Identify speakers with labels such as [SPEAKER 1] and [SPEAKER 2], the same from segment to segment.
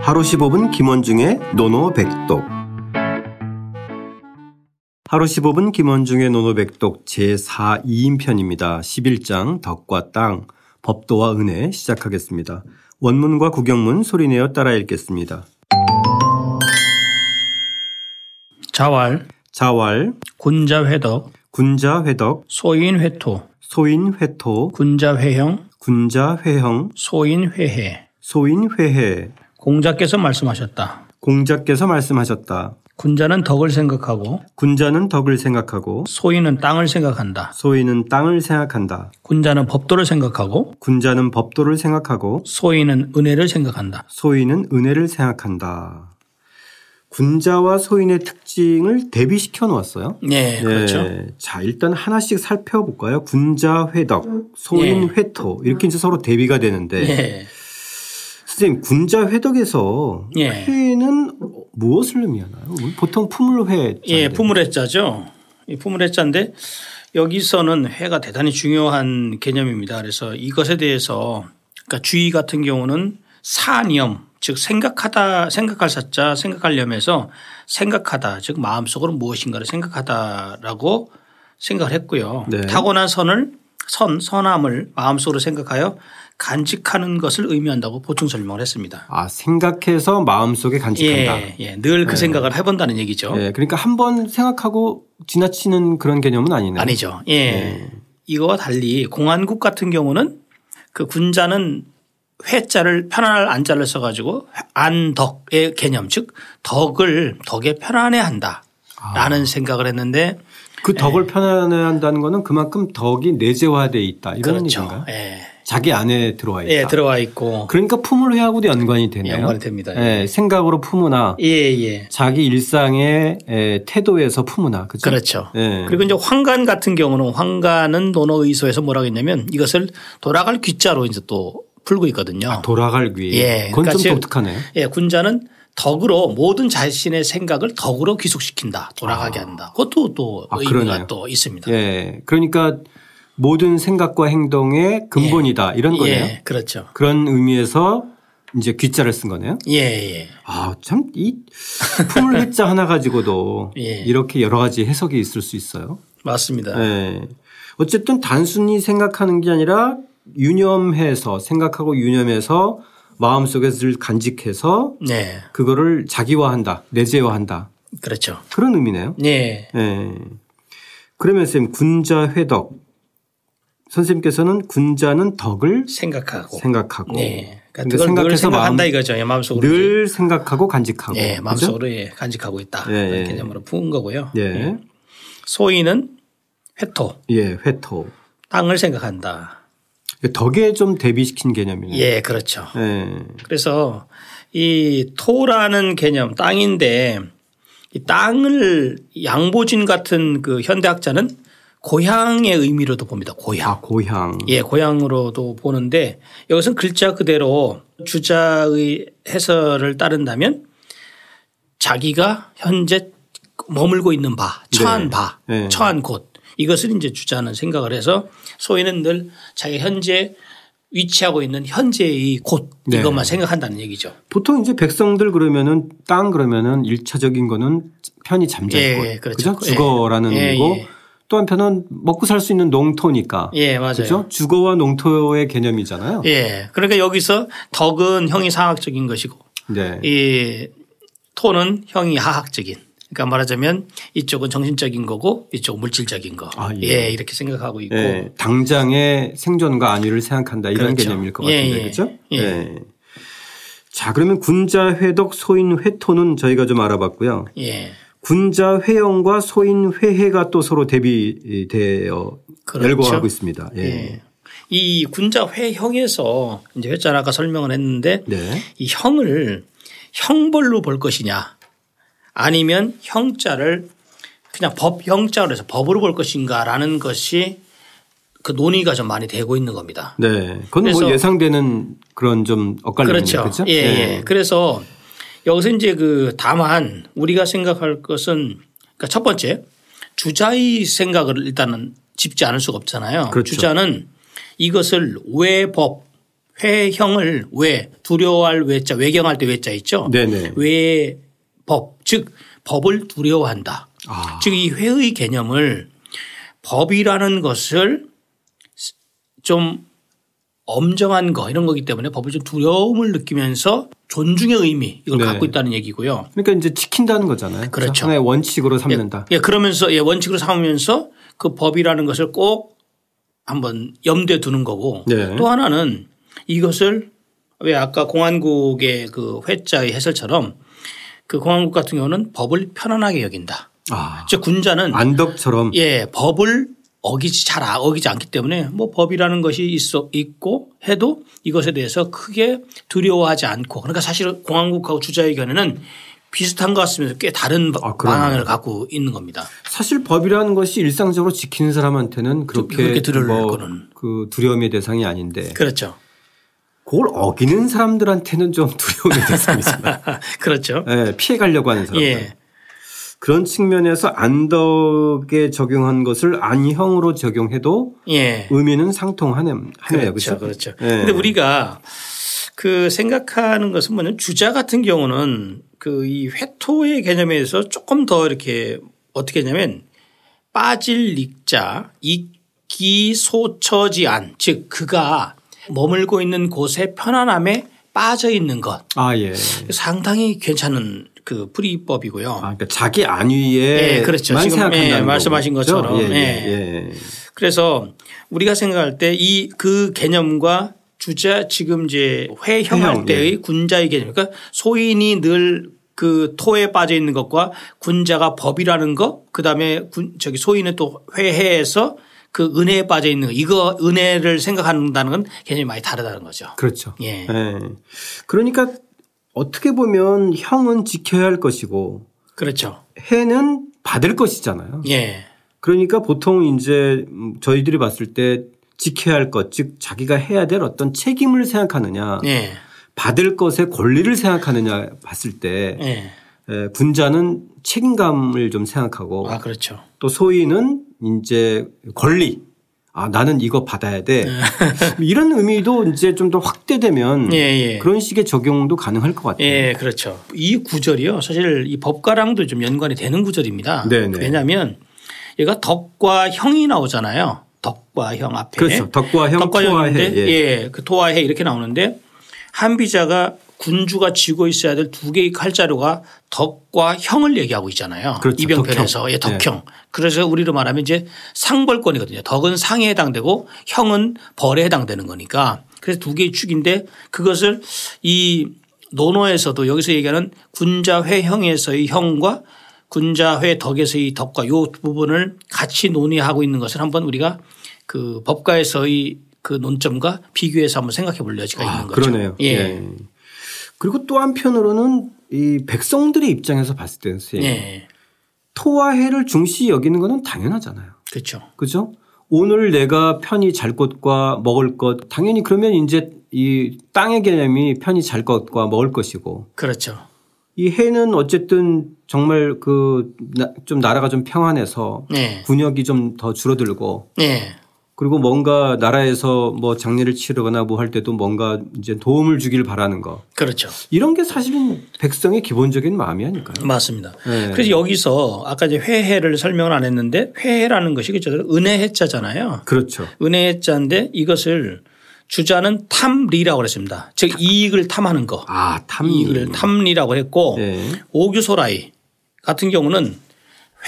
[SPEAKER 1] 하루 15분 김원중의 노노백독 하루 15분 김원중의 노노백독 제4인편입니다. 11장 덕과 땅, 법도와 은혜 시작하겠습니다. 원문과 구경문 소리내어 따라 읽겠습니다.
[SPEAKER 2] 자왈,
[SPEAKER 1] 자왈,
[SPEAKER 2] 군자회덕,
[SPEAKER 1] 군자회덕,
[SPEAKER 2] 소인회토,
[SPEAKER 1] 소인회토,
[SPEAKER 2] 군자회형,
[SPEAKER 1] 군자회형,
[SPEAKER 2] 소인회해.
[SPEAKER 1] 소인회해,
[SPEAKER 2] 공자께서 말씀하셨다.
[SPEAKER 1] 공자께서 말씀하셨다.
[SPEAKER 2] 군자는 덕을 생각하고
[SPEAKER 1] 군자는 덕을 생각하고
[SPEAKER 2] 소인은 땅을 생각한다.
[SPEAKER 1] 소인은 땅을 생각한다.
[SPEAKER 2] 군자는 법도를 생각하고
[SPEAKER 1] 군자는 법도를 생각하고
[SPEAKER 2] 소인은 은혜를 생각한다.
[SPEAKER 1] 소인은 은혜를 생각한다. 군자와 소인의 특징을 대비시켜 놓았어요.
[SPEAKER 2] 네, 그렇죠.
[SPEAKER 1] 예. 자, 일단 하나씩 살펴볼까요? 군자 회덕, 소인 회토 이렇게 이제 서로 대비가 되는데
[SPEAKER 2] 예.
[SPEAKER 1] 선생님 군자 회덕에서
[SPEAKER 2] 예.
[SPEAKER 1] 회는 무엇을 의미하나요? 우리 보통 품을회.
[SPEAKER 2] 예, 부물의 자죠. 이 부물의 자인데 여기서는 회가 대단히 중요한 개념입니다. 그래서 이것에 대해서 그러니까 주의 같은 경우는 사념 즉 생각하다 생각할 사자 생각하려면서 생각하다 즉 마음속으로 무엇인가를 생각하다라고 생각을 했고요.
[SPEAKER 1] 네.
[SPEAKER 2] 타고난 선을 선 선함을 마음속으로 생각하여 간직하는 것을 의미한다고 보충 설명을 했습니다.
[SPEAKER 1] 아 생각해서 마음속에 간직한다. 어.
[SPEAKER 2] 예, 예. 늘 그 생각을 해본다는 얘기죠.
[SPEAKER 1] 예, 그러니까 한 번 생각하고 지나치는 그런 개념은 아니네요.
[SPEAKER 2] 아니죠. 예. 이거와 달리 공안국 같은 경우는 그 군자는 회자를 편안할 안자를 써가지고 안덕의 개념 즉 덕을 덕에
[SPEAKER 1] 아.
[SPEAKER 2] 편안해한다라는 생각을 했는데
[SPEAKER 1] 그
[SPEAKER 2] 예.
[SPEAKER 1] 덕을 편안해 한다는 거는 그만큼 덕이 내재화돼 있다 이런 얘기인가요?
[SPEAKER 2] 그렇죠. 예.
[SPEAKER 1] 자기 안에 들어와 있다.
[SPEAKER 2] 예, 들어와 있고
[SPEAKER 1] 그러니까 품을 회하고도 연관이 되네요.
[SPEAKER 2] 연관이 됩니다.
[SPEAKER 1] 예, 생각으로 품으나
[SPEAKER 2] 예, 예.
[SPEAKER 1] 자기 일상의 에, 태도에서 품으나 그죠?
[SPEAKER 2] 그렇죠.
[SPEAKER 1] 예.
[SPEAKER 2] 그리고 이제 황간 같은 경우는 황간은 논어의소에서 뭐라고 했냐면 이것을 돌아갈 귀자로 이제 또 풀고 있거든요.
[SPEAKER 1] 돌아갈 귀.
[SPEAKER 2] 예,
[SPEAKER 1] 그건
[SPEAKER 2] 그러니까
[SPEAKER 1] 좀
[SPEAKER 2] 지금-
[SPEAKER 1] 독특하네요.
[SPEAKER 2] 예, 군자는 덕으로 모든 자신의 생각을 덕으로 귀속시킨다, 돌아가게 한다. 그것도 또
[SPEAKER 1] 아,
[SPEAKER 2] 의미가
[SPEAKER 1] 그러네요.
[SPEAKER 2] 또 있습니다.
[SPEAKER 1] 예, 그러니까 모든 생각과 행동의 근본이다 이런 거네요.
[SPEAKER 2] 예, 그렇죠.
[SPEAKER 1] 그런 의미에서 이제 귀자를 쓴 거네요.
[SPEAKER 2] 예, 예.
[SPEAKER 1] 아, 참, 이 품을 회자 하나 가지고도
[SPEAKER 2] 예.
[SPEAKER 1] 이렇게 여러 가지 해석이 있을 수 있어요.
[SPEAKER 2] 맞습니다.
[SPEAKER 1] 예. 어쨌든 단순히 생각하는 게 아니라 유념해서 생각하고 유념해서 마음속에서 늘 간직해서
[SPEAKER 2] 네,
[SPEAKER 1] 그거를 자기화한다, 내재화한다
[SPEAKER 2] 그렇죠.
[SPEAKER 1] 그런 의미네요.
[SPEAKER 2] 네.
[SPEAKER 1] 예. 그러면 선생님 군자 회덕 선생님께서는 군자는 덕을
[SPEAKER 2] 생각하고.
[SPEAKER 1] 생각하고
[SPEAKER 2] 네.
[SPEAKER 1] 근데
[SPEAKER 2] 그러니까 그걸 늘
[SPEAKER 1] 생각해서 마음-
[SPEAKER 2] 생각한다 이거죠. 예, 마음속으로.
[SPEAKER 1] 늘 생각하고 간직하고
[SPEAKER 2] 예,
[SPEAKER 1] 그죠?
[SPEAKER 2] 마음속으로 예, 간직하고 있다.
[SPEAKER 1] 예,
[SPEAKER 2] 그런
[SPEAKER 1] 예.
[SPEAKER 2] 개념으로 푼 거고요.
[SPEAKER 1] 예.
[SPEAKER 2] 소인은 회토,
[SPEAKER 1] 예, 회토.
[SPEAKER 2] 땅을 생각한다.
[SPEAKER 1] 덕에 좀 대비시킨 개념이네요.
[SPEAKER 2] 예, 그렇죠.
[SPEAKER 1] 예.
[SPEAKER 2] 그래서 이 토라는 개념 땅인데 이 땅을 양보진 같은 그 현대학자는 고향의 의미로도 봅니다. 고향.
[SPEAKER 1] 아, 고향.
[SPEAKER 2] 예, 고향으로도 보는데 여기서는 글자 그대로 주자의 해설을 따른다면 자기가 현재 머물고 있는 바, 처한
[SPEAKER 1] 네.
[SPEAKER 2] 바,
[SPEAKER 1] 네.
[SPEAKER 2] 처한 곳 이것을 이제 주자는 생각을 해서 소위는 늘 자기 현재 위치하고 있는 현재의 곳
[SPEAKER 1] 네.
[SPEAKER 2] 이것만 생각한다는 얘기죠.
[SPEAKER 1] 보통 이제 백성들 그러면은 땅 그러면은 일차적인 거는 편히 잠자 있고.
[SPEAKER 2] 예, 그렇죠.
[SPEAKER 1] 그죠? 주거라는
[SPEAKER 2] 예,
[SPEAKER 1] 의미고
[SPEAKER 2] 예.
[SPEAKER 1] 또 한편은 먹고 살 수 있는 농토니까.
[SPEAKER 2] 예, 맞아요.
[SPEAKER 1] 그죠? 주거와 농토의 개념이잖아요.
[SPEAKER 2] 예. 그러니까 여기서 덕은 형이 상학적인 것이고
[SPEAKER 1] 네.
[SPEAKER 2] 이 토는 형이 하학적인. 그러니까 말하자면 이쪽은 정신적인 거고 이쪽은 물질적인 거.
[SPEAKER 1] 아, 예.
[SPEAKER 2] 예. 이렇게 생각하고 있고.
[SPEAKER 1] 예, 당장의 생존과 안위를 생각한다 이런
[SPEAKER 2] 그렇죠.
[SPEAKER 1] 개념일 것
[SPEAKER 2] 예,
[SPEAKER 1] 같은데
[SPEAKER 2] 예.
[SPEAKER 1] 그렇죠?
[SPEAKER 2] 예.
[SPEAKER 1] 자 그러면 군자 회덕 소인 회토는 저희가 좀 알아봤고요.
[SPEAKER 2] 예.
[SPEAKER 1] 군자 회영과 소인 회해가 또 서로 대비되어
[SPEAKER 2] 그렇죠.
[SPEAKER 1] 열거하고 있습니다. 예.
[SPEAKER 2] 예. 이 군자 회형에서 이제 회자를 아까 설명을 했는데
[SPEAKER 1] 네.
[SPEAKER 2] 이 형을 형벌로 볼 것이냐 아니면 형자를 그냥 법 형자로 해서 법으로 볼 것인가라는 것이 그 논의가 좀 많이 되고 있는 겁니다.
[SPEAKER 1] 네. 그건 뭐
[SPEAKER 2] 그래서-
[SPEAKER 1] 예상되는 그런 좀 엇갈림이죠. 그렇죠?
[SPEAKER 2] 그렇죠. 예, 예. 그래서 여기서 이제 그 다만 우리가 생각할 것은 그러니까 첫 번째 주자의 생각을 일단은 짚지 않을 수가 없잖아요.
[SPEAKER 1] 그렇죠.
[SPEAKER 2] 주자는 이것을 왜 법, 회형을 왜 두려워할 외자 외경할 때 외자 있죠.
[SPEAKER 1] 네네.
[SPEAKER 2] 외법 즉 법을 두려워한다.
[SPEAKER 1] 아.
[SPEAKER 2] 즉 이 회의 개념을 법이라는 것을 좀 엄정한 거 이런 거기 때문에 법을 좀 두려움을 느끼면서 존중의 의미 이걸
[SPEAKER 1] 네.
[SPEAKER 2] 갖고 있다는 얘기고요.
[SPEAKER 1] 그러니까 이제 지킨다는 거잖아요.
[SPEAKER 2] 그렇죠.
[SPEAKER 1] 하나의 원칙으로 삼는다.
[SPEAKER 2] 예, 그러면서 예, 원칙으로 삼으면서 그 법이라는 것을 꼭 한번 염두에 두는 거고
[SPEAKER 1] 네.
[SPEAKER 2] 또 하나는 이것을 왜 아까 공안국의 그 회자의 해설처럼 그 공안국 같은 경우는 법을 편안하게 여긴다.
[SPEAKER 1] 아,
[SPEAKER 2] 즉 군자는
[SPEAKER 1] 안덕처럼
[SPEAKER 2] 예, 법을 어기지 잘 아- 어기지 않기 때문에 뭐 법이라는 것이 있어 있고 해도 이것에 대해서 크게 두려워하지 않고 그러니까 사실 공항국하고 주자의견에는 비슷한 것 같으면서 꽤 다른 바-
[SPEAKER 1] 아, 그러네요.
[SPEAKER 2] 방향을 갖고 있는 겁니다.
[SPEAKER 1] 사실 법이라는 것이 일상적으로 지키는 사람한테는 그렇게,
[SPEAKER 2] 그렇게 두려울
[SPEAKER 1] 뭐
[SPEAKER 2] 거는.
[SPEAKER 1] 그 두려움의 대상이 아닌데
[SPEAKER 2] 그렇죠.
[SPEAKER 1] 그걸 어기는 사람들한테는 좀 두려움의 대상이잖아요.
[SPEAKER 2] 그렇죠.
[SPEAKER 1] 예, 피해 가려고 하는 사람들.
[SPEAKER 2] 예.
[SPEAKER 1] 그런 측면에서 안덕에 적용한 것을 안형으로 적용해도
[SPEAKER 2] 예.
[SPEAKER 1] 의미는 상통하네요. 그렇죠.
[SPEAKER 2] 그렇죠.
[SPEAKER 1] 예.
[SPEAKER 2] 그런데 우리가 그 생각하는 것은 뭐냐면 주자 같은 경우는 그 이 회토의 개념에 대해서 조금 더 이렇게 어떻게 했냐면 빠질 익자 익기 소처지 안 즉 그가 머물고 있는 곳의 편안함에 빠져 있는 것
[SPEAKER 1] 아 예.
[SPEAKER 2] 상당히 괜찮은 그
[SPEAKER 1] 아,
[SPEAKER 2] 프리법이고요.
[SPEAKER 1] 그러니까 자기 안위에
[SPEAKER 2] 예, 그렇죠.
[SPEAKER 1] 만
[SPEAKER 2] 지금,
[SPEAKER 1] 생각한다는
[SPEAKER 2] 예,
[SPEAKER 1] 거고.
[SPEAKER 2] 말씀하신
[SPEAKER 1] 그렇죠?
[SPEAKER 2] 것처럼.
[SPEAKER 1] 예, 예, 예.
[SPEAKER 2] 그래서 우리가 생각할 때 이 그 개념과 주자 지금 이제 회형할 예.
[SPEAKER 1] 회형,
[SPEAKER 2] 때의 군자의 개념 그러니까 소인이 늘 그 토에 빠져 있는 것과 군자가 법이라는 것 그다음에 군 저기 소인은 또 회해에서 그 은혜에 빠져 있는 거 이거 은혜를 생각한다는 건 개념이 많이 다르다는 거죠.
[SPEAKER 1] 그렇죠.
[SPEAKER 2] 예.
[SPEAKER 1] 예. 그러니까 어떻게 보면 형은 지켜야 할 것이고
[SPEAKER 2] 그렇죠.
[SPEAKER 1] 해는 받을 것이잖아요.
[SPEAKER 2] 예.
[SPEAKER 1] 그러니까 보통 이제 음, 저희들이 봤을 때 지켜야 할 것, 즉 자기가 해야 될 어떤 책임을 생각하느냐,
[SPEAKER 2] 예.
[SPEAKER 1] 받을 것의 권리를 생각하느냐 봤을 때
[SPEAKER 2] 예.
[SPEAKER 1] 에, 군자는 책임감을 좀 생각하고
[SPEAKER 2] 아, 그렇죠.
[SPEAKER 1] 또 소위는 이제 권리. 아, 나는 이거 받아야
[SPEAKER 2] 네.
[SPEAKER 1] 돼. 뭐 이런 의미도 이제 좀 더 확대되면
[SPEAKER 2] 예, 예.
[SPEAKER 1] 그런 식의 적용도 가능할 것 같아요.
[SPEAKER 2] 예, 그렇죠. 이 구절이요. 사실 이 법가랑도 좀 연관이 되는 구절입니다.
[SPEAKER 1] 네네.
[SPEAKER 2] 왜냐하면 얘가 덕과 형이 나오잖아요. 덕과 형 앞에.
[SPEAKER 1] 그렇죠. 덕과 형,
[SPEAKER 2] 덕과
[SPEAKER 1] 토와 해.
[SPEAKER 2] 형인데,
[SPEAKER 1] 예.
[SPEAKER 2] 예, 그 토와해 이렇게 나오는데 한비자가 군주가 쥐고 있어야 될 두 개의 칼자루가 덕과 형을 얘기하고 있잖아요.
[SPEAKER 1] 그렇죠. 네.
[SPEAKER 2] 이병편에서 예, 덕형. 그래서 우리로 말하면 이제 상벌권이거든요. 덕은 상에 해당되고 형은 벌에 해당되는 거니까. 그래서 두 개의 축인데 그것을 이 논어에서도 여기서 얘기하는 군자회형에서의 형과 군자회 덕에서의 덕과 요 부분을 같이 논의하고 있는 것을 한번 우리가 그 법가에서의 그 논점과 비교해서 한번 생각해 볼 여지가
[SPEAKER 1] 아,
[SPEAKER 2] 있는 거죠.
[SPEAKER 1] 그러네요. 예. 그리고 또 한편으로는 이 백성들의 입장에서 봤을 때는 선생님,
[SPEAKER 2] 예.
[SPEAKER 1] 토와 해를 중시 여기는 것은 당연하잖아요.
[SPEAKER 2] 그렇죠.
[SPEAKER 1] 그죠? 오늘 내가 편히 잘 것과 먹을 것 당연히 그러면 이제 이 땅의 개념이 편히 잘 것과 먹을 것이고
[SPEAKER 2] 그렇죠.
[SPEAKER 1] 이 해는 어쨌든 정말 그 좀 나라가 좀 평안해서
[SPEAKER 2] 예.
[SPEAKER 1] 군역이 좀 더 줄어들고
[SPEAKER 2] 예.
[SPEAKER 1] 그리고 뭔가 나라에서 뭐 장례를 치르거나 뭐 할 때도 뭔가 이제 도움을 주길 바라는 거
[SPEAKER 2] 그렇죠.
[SPEAKER 1] 이런 게 사실은 백성의 기본적인 마음이 아닐까요?
[SPEAKER 2] 맞습니다.
[SPEAKER 1] 네.
[SPEAKER 2] 그래서 여기서 아까 이제 회해를 설명을 안 했는데 회해라는 것이 그죠 은혜해자잖아요.
[SPEAKER 1] 그렇죠.
[SPEAKER 2] 은혜해자인데 이것을 주자는 탐리라고 그랬습니다. 즉 이익을 탐하는 거.
[SPEAKER 1] 아 탐리.
[SPEAKER 2] 이익을 어. 탐리라고 했고
[SPEAKER 1] 네.
[SPEAKER 2] 오규소라이 같은 경우는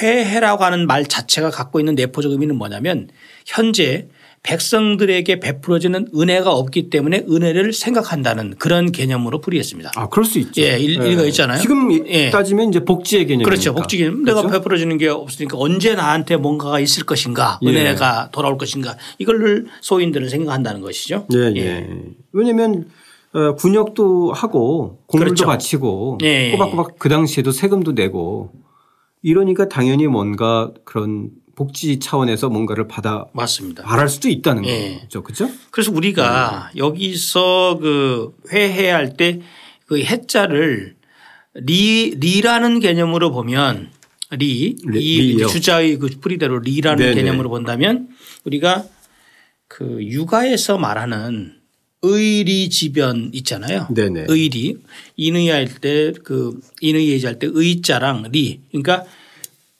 [SPEAKER 2] 회해라고 하는 말 자체가 갖고 있는 내포적 의미는 뭐냐면 현재 백성들에게 베풀어지는 은혜가 없기 때문에 은혜를 생각한다는 그런 개념으로 풀이했습니다.
[SPEAKER 1] 아 그럴 수 있죠.
[SPEAKER 2] 예, 일-
[SPEAKER 1] 예.
[SPEAKER 2] 일리가 있잖아요.
[SPEAKER 1] 지금 이-
[SPEAKER 2] 예.
[SPEAKER 1] 따지면 이제 복지의 개념이니까.
[SPEAKER 2] 그렇죠. 복지 개념. 내가 베풀어주는 게 없으니까 언제 나한테 뭔가가 있을 것인가
[SPEAKER 1] 예.
[SPEAKER 2] 은혜가 돌아올 것인가 이걸 늘 소인들은 생각한다는 것이죠.
[SPEAKER 1] 예, 예. 왜냐면 하 군역도 하고 공물도
[SPEAKER 2] 그렇죠.
[SPEAKER 1] 바치고
[SPEAKER 2] 예, 예,
[SPEAKER 1] 꼬박꼬박 그 당시에도 세금도 내고 이러니까 당연히 뭔가 그런 복지 차원에서 뭔가를 받아
[SPEAKER 2] 맞습니다.
[SPEAKER 1] 바랄 수도 있다는
[SPEAKER 2] 예.
[SPEAKER 1] 거죠. 그렇죠?
[SPEAKER 2] 그래서 우리가 여기서 그 회해할 때 그 해자를 리 리라는 개념으로 보면 리,
[SPEAKER 1] 리-
[SPEAKER 2] 이
[SPEAKER 1] 리요.
[SPEAKER 2] 주자의 그 뿌리대로 리라는
[SPEAKER 1] 네네.
[SPEAKER 2] 개념으로 본다면 우리가 그 육아에서 말하는 의리지변 있잖아요.
[SPEAKER 1] 네네.
[SPEAKER 2] 의리 인의할 때 그 인의예지할 때 의자랑 리 그러니까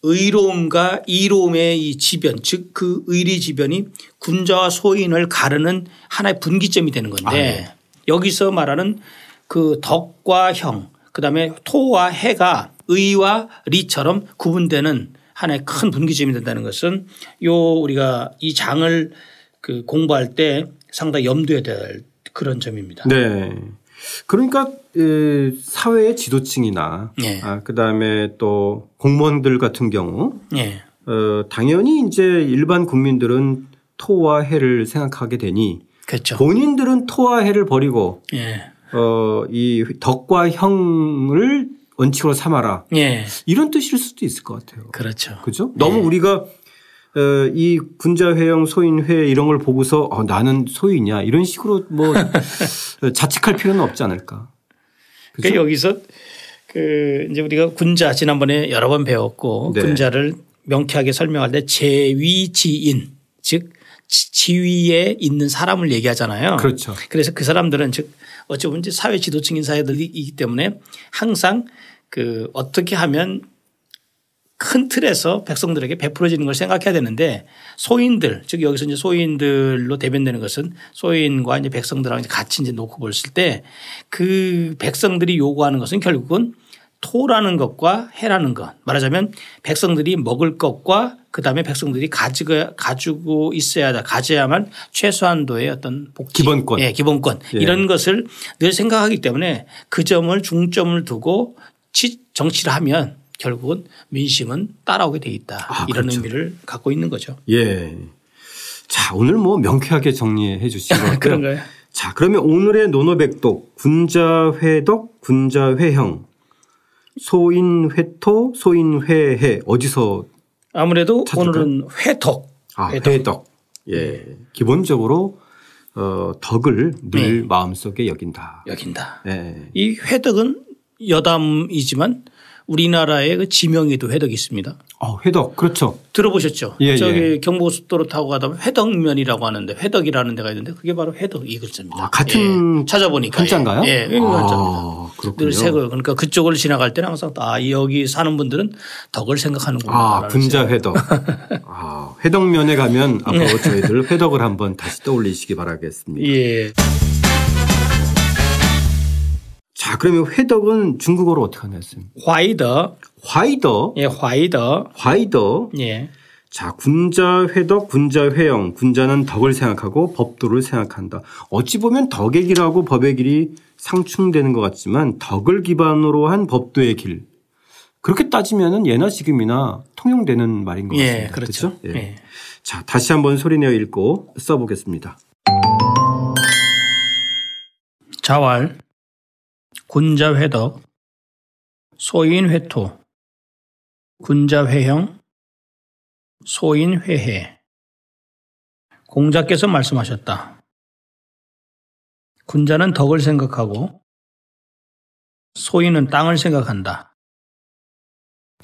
[SPEAKER 2] 의로움과 이로움의 이 지변 즉 그 의리지변이 군자와 소인을 가르는 하나의 분기점이 되는 건데 여기서 말하는 그 덕과 형 그다음에 토와 해가 의와 리처럼 구분되는 하나의 큰 분기점이 된다는 것은 요 우리가 이 장을 그 공부할 때 상당히 염두에 될 그런 점입니다.
[SPEAKER 1] 네. 그러니까 에, 사회의 지도층이나
[SPEAKER 2] 네.
[SPEAKER 1] 아, 그다음에 또 공무원들 같은 경우
[SPEAKER 2] 예.
[SPEAKER 1] 어, 당연히 이제 일반 국민들은 토와 해를 생각하게 되니
[SPEAKER 2] 그렇죠.
[SPEAKER 1] 본인들은 토와 해를 버리고
[SPEAKER 2] 예.
[SPEAKER 1] 어, 이 덕과 형을 원칙으로 삼아라
[SPEAKER 2] 예.
[SPEAKER 1] 이런 뜻일 수도 있을 것 같아요.
[SPEAKER 2] 그렇죠.
[SPEAKER 1] 그죠? 너무 우리가 어, 이 군자회형 소인회 이런 걸 보고서 어, 나는 소인이야 이런 식으로 뭐 자책할 필요는 없지 않을까.
[SPEAKER 2] 그러니까 여기서 그 이제 우리가 군자 지난번에 여러 번 배웠고
[SPEAKER 1] 네.
[SPEAKER 2] 군자를 명쾌하게 설명할 때 제위지인 즉 지- 지위에 있는 사람을 얘기하잖아요.
[SPEAKER 1] 그렇죠.
[SPEAKER 2] 그래서 그 사람들은 즉 어찌 보면 이제 사회 지도층인 사회들이기 때문에 항상 그 어떻게 하면 큰 틀에서 백성들에게 베풀어지는 걸 생각해야 되는데 소인들 즉 여기서 이제 소인들로 대변되는 것은 소인과 이제 백성들하고 이제 같이 이제 놓고 봤을 때 그 백성들이 요구하는 것은 결국은 토라는 것과 해라는 것 말하자면 백성들이 먹을 것과 그다음에 백성들이 가지고 가지고 있어야 다 가져야만 최소한도의 어떤 복지
[SPEAKER 1] 기본권.
[SPEAKER 2] 예, 기본권
[SPEAKER 1] 예.
[SPEAKER 2] 이런 것을 늘 생각하기 때문에 그 점을 중점을 두고 치- 정치를 하면 결국은 민심은 따라오게 돼 있다
[SPEAKER 1] 아,
[SPEAKER 2] 이런
[SPEAKER 1] 그렇죠.
[SPEAKER 2] 의미를 갖고 있는 거죠.
[SPEAKER 1] 예. 자 오늘 뭐 명쾌하게 정리해 주신 것 같아요.
[SPEAKER 2] 그런가요?
[SPEAKER 1] 자 그러면 오늘의 노노백독 군자회덕 군자회형 소인회토 소인회해 어디서
[SPEAKER 2] 아무래도
[SPEAKER 1] 찾을까요?
[SPEAKER 2] 오늘은 회덕,
[SPEAKER 1] 아
[SPEAKER 2] 회덕.
[SPEAKER 1] 회덕 예 기본적으로 어, 덕을 늘 마음속에 여긴다.
[SPEAKER 2] 여긴다.
[SPEAKER 1] 네.
[SPEAKER 2] 이 회덕은 여담이지만 우리나라의 그 지명에도 회덕이 있습니다.
[SPEAKER 1] 어, 회덕. 그렇죠.
[SPEAKER 2] 들어보셨죠?
[SPEAKER 1] 예,
[SPEAKER 2] 저기 경부고속도로 타고 가다 보면 회덕면이라고 하는데 회덕이라는 데가 있는데 그게 바로 회덕 이 글자입니다.
[SPEAKER 1] 아, 같은
[SPEAKER 2] 예, 찾아보니까
[SPEAKER 1] 한자인가요?
[SPEAKER 2] 예, 예 한자입니다.
[SPEAKER 1] 아, 그렇군요.
[SPEAKER 2] 늘 새거 그러니까 그쪽을 지나갈 때는 항상 아 여기 사는 분들은 덕을 생각하는구나.
[SPEAKER 1] 아,
[SPEAKER 2] 라는 예.
[SPEAKER 1] 군자 회덕. 아, 회덕면에 가면 앞으로 저희들 회덕을 한번 다시 떠올리시기
[SPEAKER 2] 생각.
[SPEAKER 1] 바라겠습니다.
[SPEAKER 2] 예.
[SPEAKER 1] 자, 그러면 회덕은 중국어로 어떻게 하나요, 쌤?
[SPEAKER 2] 화이더.
[SPEAKER 1] 화이더,
[SPEAKER 2] 예, 화이더.
[SPEAKER 1] 화이더.
[SPEAKER 2] 예.
[SPEAKER 1] 자, 군자 회덕, 군자 회영. 군자는 덕을 생각하고 법도를 생각한다. 어찌 보면 덕의 길하고 법의 길이 상충되는 것 같지만 덕을 기반으로 한 법도의 길. 그렇게 따지면은 예나 지금이나 통용되는 말인 것 같습니다.
[SPEAKER 2] 예, 그렇죠.
[SPEAKER 1] 그죠? 예.
[SPEAKER 2] 예.
[SPEAKER 1] 자, 다시 한번 소리내어 읽고 써보겠습니다.
[SPEAKER 2] 자왈, 군자회덕, 소인회토, 군자회형, 소인회해. 공자께서 말씀하셨다. 군자는 덕을 생각하고 소인은 땅을 생각한다.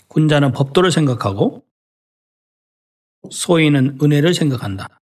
[SPEAKER 2] 군자는 법도를 생각하고 소인은 은혜를 생각한다.